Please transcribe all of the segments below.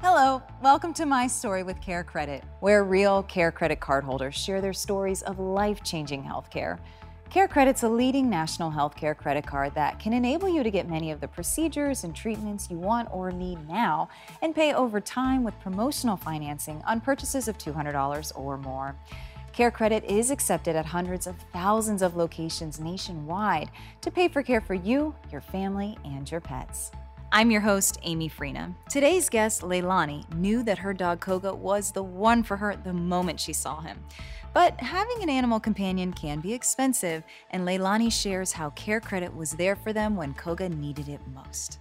Hello, welcome to My Story with Care Credit, where real Care Credit cardholders share their stories of life changing healthcare. Care Credit's a leading national healthcare credit card that can enable you to get many of the procedures and treatments you want or need now and pay over time with promotional financing on purchases of $200 or more. Care Credit is accepted at hundreds of thousands of locations nationwide to pay for care for you, your family, and your pets. I'm your host, Amy Freena. Today's guest, Leilani, knew that her dog Koga was the one for her the moment she saw him. But having an animal companion can be expensive, and Leilani shares how Care Credit was there for them when Koga needed it most.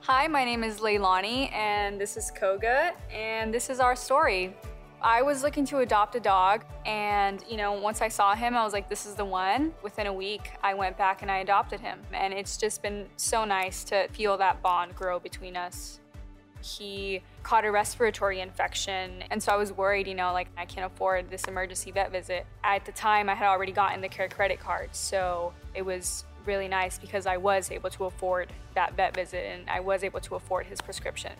Hi, my name is Leilani, and this is Koga, and this is our story. I was looking to adopt a dog, and you know, once I saw him, I was like, this is the one. Within a week, I went back and I adopted him, and it's just been so nice to feel that bond grow between us. He caught a respiratory infection, and so I was worried, you know, like I can't afford this emergency vet visit. At the time, I had already gotten the care credit card, so it was really nice because I was able to afford that vet visit and I was able to afford his prescription.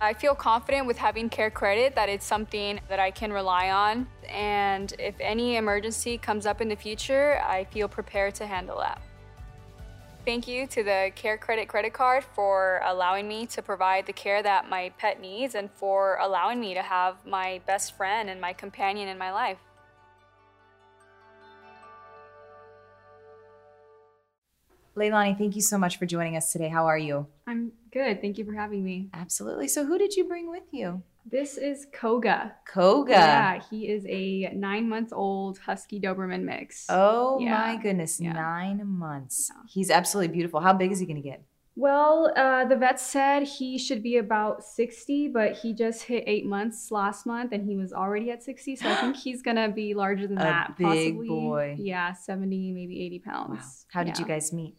I feel confident with having care credit that it's something that I can rely on. And if any emergency comes up in the future, I feel prepared to handle that. Thank you to the Care Credit credit card for allowing me to provide the care that my pet needs and for allowing me to have my best friend and my companion in my life. Leilani, thank you so much for joining us today. How are you? I'm good. Thank you for having me. Absolutely. So, who did you bring with you? This is Koga. Koga. Yeah, he is a nine month old Husky Doberman mix. Oh Yeah. my goodness, Yeah. nine months. Yeah. He's absolutely beautiful. How big is he going to get? Well, uh, the vet said he should be about 60, but he just hit eight months last month and he was already at 60. So I think he's going to be larger than A that. big possibly, boy. Yeah, 70, maybe 80 pounds. Wow. How did you Yeah. guys meet?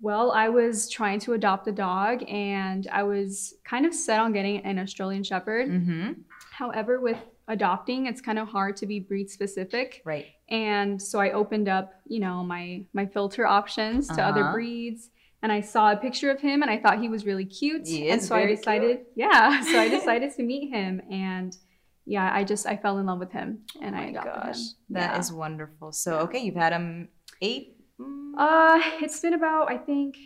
Well, I was trying to adopt a dog and I was kind of set on getting an Australian Shepherd. Mm-hmm. However, with adopting, it's kind of hard to be breed specific. Right. and so i opened up you know my my filter options to other Uh-huh. breeds and i saw a picture of him and i thought he was really cute He and is so i very decided yeah so i decided to meet him and yeah i just i fell in love with him and i adopted him Oh that is Yeah. wonderful. So, Yeah. okay, you've had him eight. mm, uh it's been about i think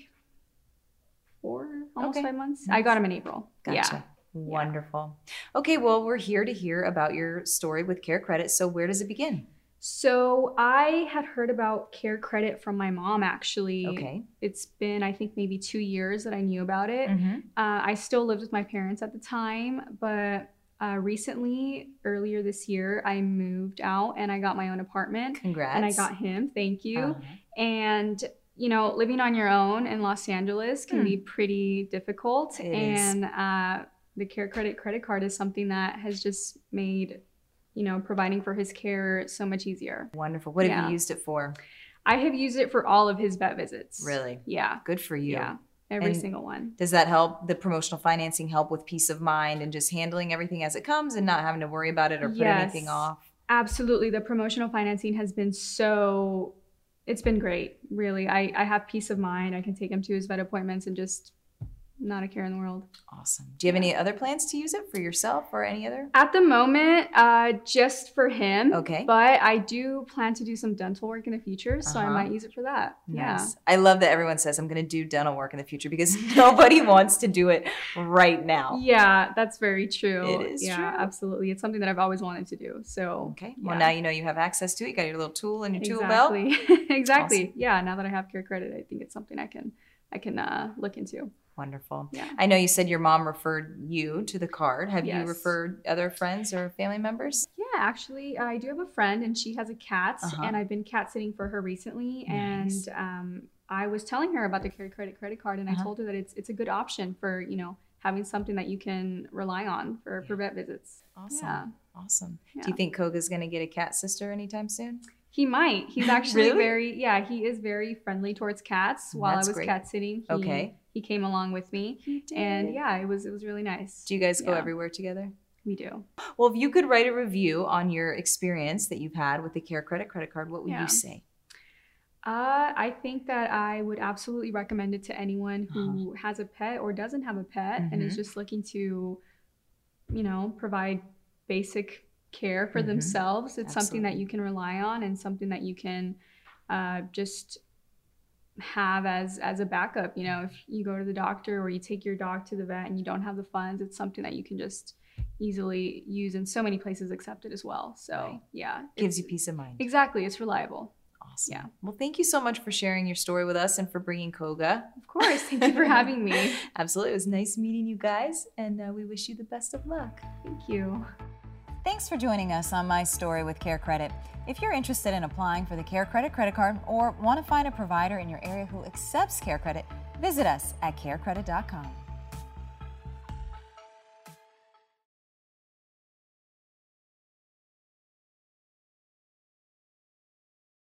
four almost Okay. five months i got him in april gotcha. yeah Wonderful. Okay, well, we're here to hear about your story with Care Credit. So, where does it begin? so i had heard about care credit from my mom actually Okay. it's been i think maybe two years that i knew about it Mm. Mm-hmm. Uh, I still lived with my parents at the time, but uh, recently, earlier this year, I moved out and I got my own apartment. Congrats. And I got him, thank you. Uh-huh. And, you know, living on your own in Los Angeles can Hmm. be pretty difficult. It is. and uh, the Care Credit credit card is something that has just made, you know, providing for his care so much easier. Wonderful. What have Yeah. you used it for? I have used it for all of his vet visits. Really? Yeah. Good for you. Yeah. Every And- single one. Does that help the promotional financing help with peace of mind and just handling everything as it comes and not having to worry about it or put Yes. anything off? absolutely the promotional financing has been so it's been great really i i have peace of mind i can take him to his vet appointments and just not a care in the world Awesome. Do you have any other plans to use it for yourself or any other? at the moment uh just for him Okay. but i do plan to do some dental work in the future so i Uh-huh. might use it for that yeah Nice. I love that everyone says I'm going to do dental work in the future because nobody wants to do it right now. yeah that's very true It is yeah true. absolutely it's something that i've always wanted to do so Okay. Well, Yeah. now you know you have access to it. You got your little tool and your tool belt. exactly exactly yeah now that i have care credit i think it's something i can i can uh look into Wonderful. yeah I know you said your mom referred you to the card. Have you Yes. referred other friends or family members? Yeah, actually, I do have a friend and she has a cat, Uh-huh. and I've been cat sitting for her recently. Nice. And um, I was telling her about the Care Credit credit card, and Uh-huh. I told her that it's it's a good option for you know having something that you can rely on for Yeah. for vet visits. Awesome. Yeah, Awesome. Yeah. Do you think Koga's going to get a cat sister anytime soon? he might. He's actually Really? very yeah. He is very friendly towards cats. While That's I was great. cat sitting, he, Okay. he came along with me, and yeah, it was it was really nice. Do you guys go Yeah. everywhere together? we do. Well, if you could write a review on your experience that you've had with the Care Credit credit card, what would Yeah. you say? Uh, I think that I would absolutely recommend it to anyone Uh-huh. who has a pet or doesn't have a pet and is Mhm. just looking to, you know, provide basic care for Mhm. themselves. It's something that Absolutely. you can rely on and something that you can uh, just have as as a backup. You know, if you go to the doctor or you take your dog to the vet and you don't have the funds, it's something that you can just easily use, and so many places accept it as well. So Right. yeah, Gives it's- you peace of mind. Exactly, it's reliable. Awesome. Yeah. Well, thank you so much for sharing your story with us and for bringing Koga. Of course, thank you for having me. Absolutely. It was nice meeting you guys, and uh, we wish you the best of luck. Thank you. Thanks for joining us on My Story with Care Credit. If you're interested in applying for the Care Credit credit card or want to find a provider in your area who accepts Care Credit, visit us at carecredit.com.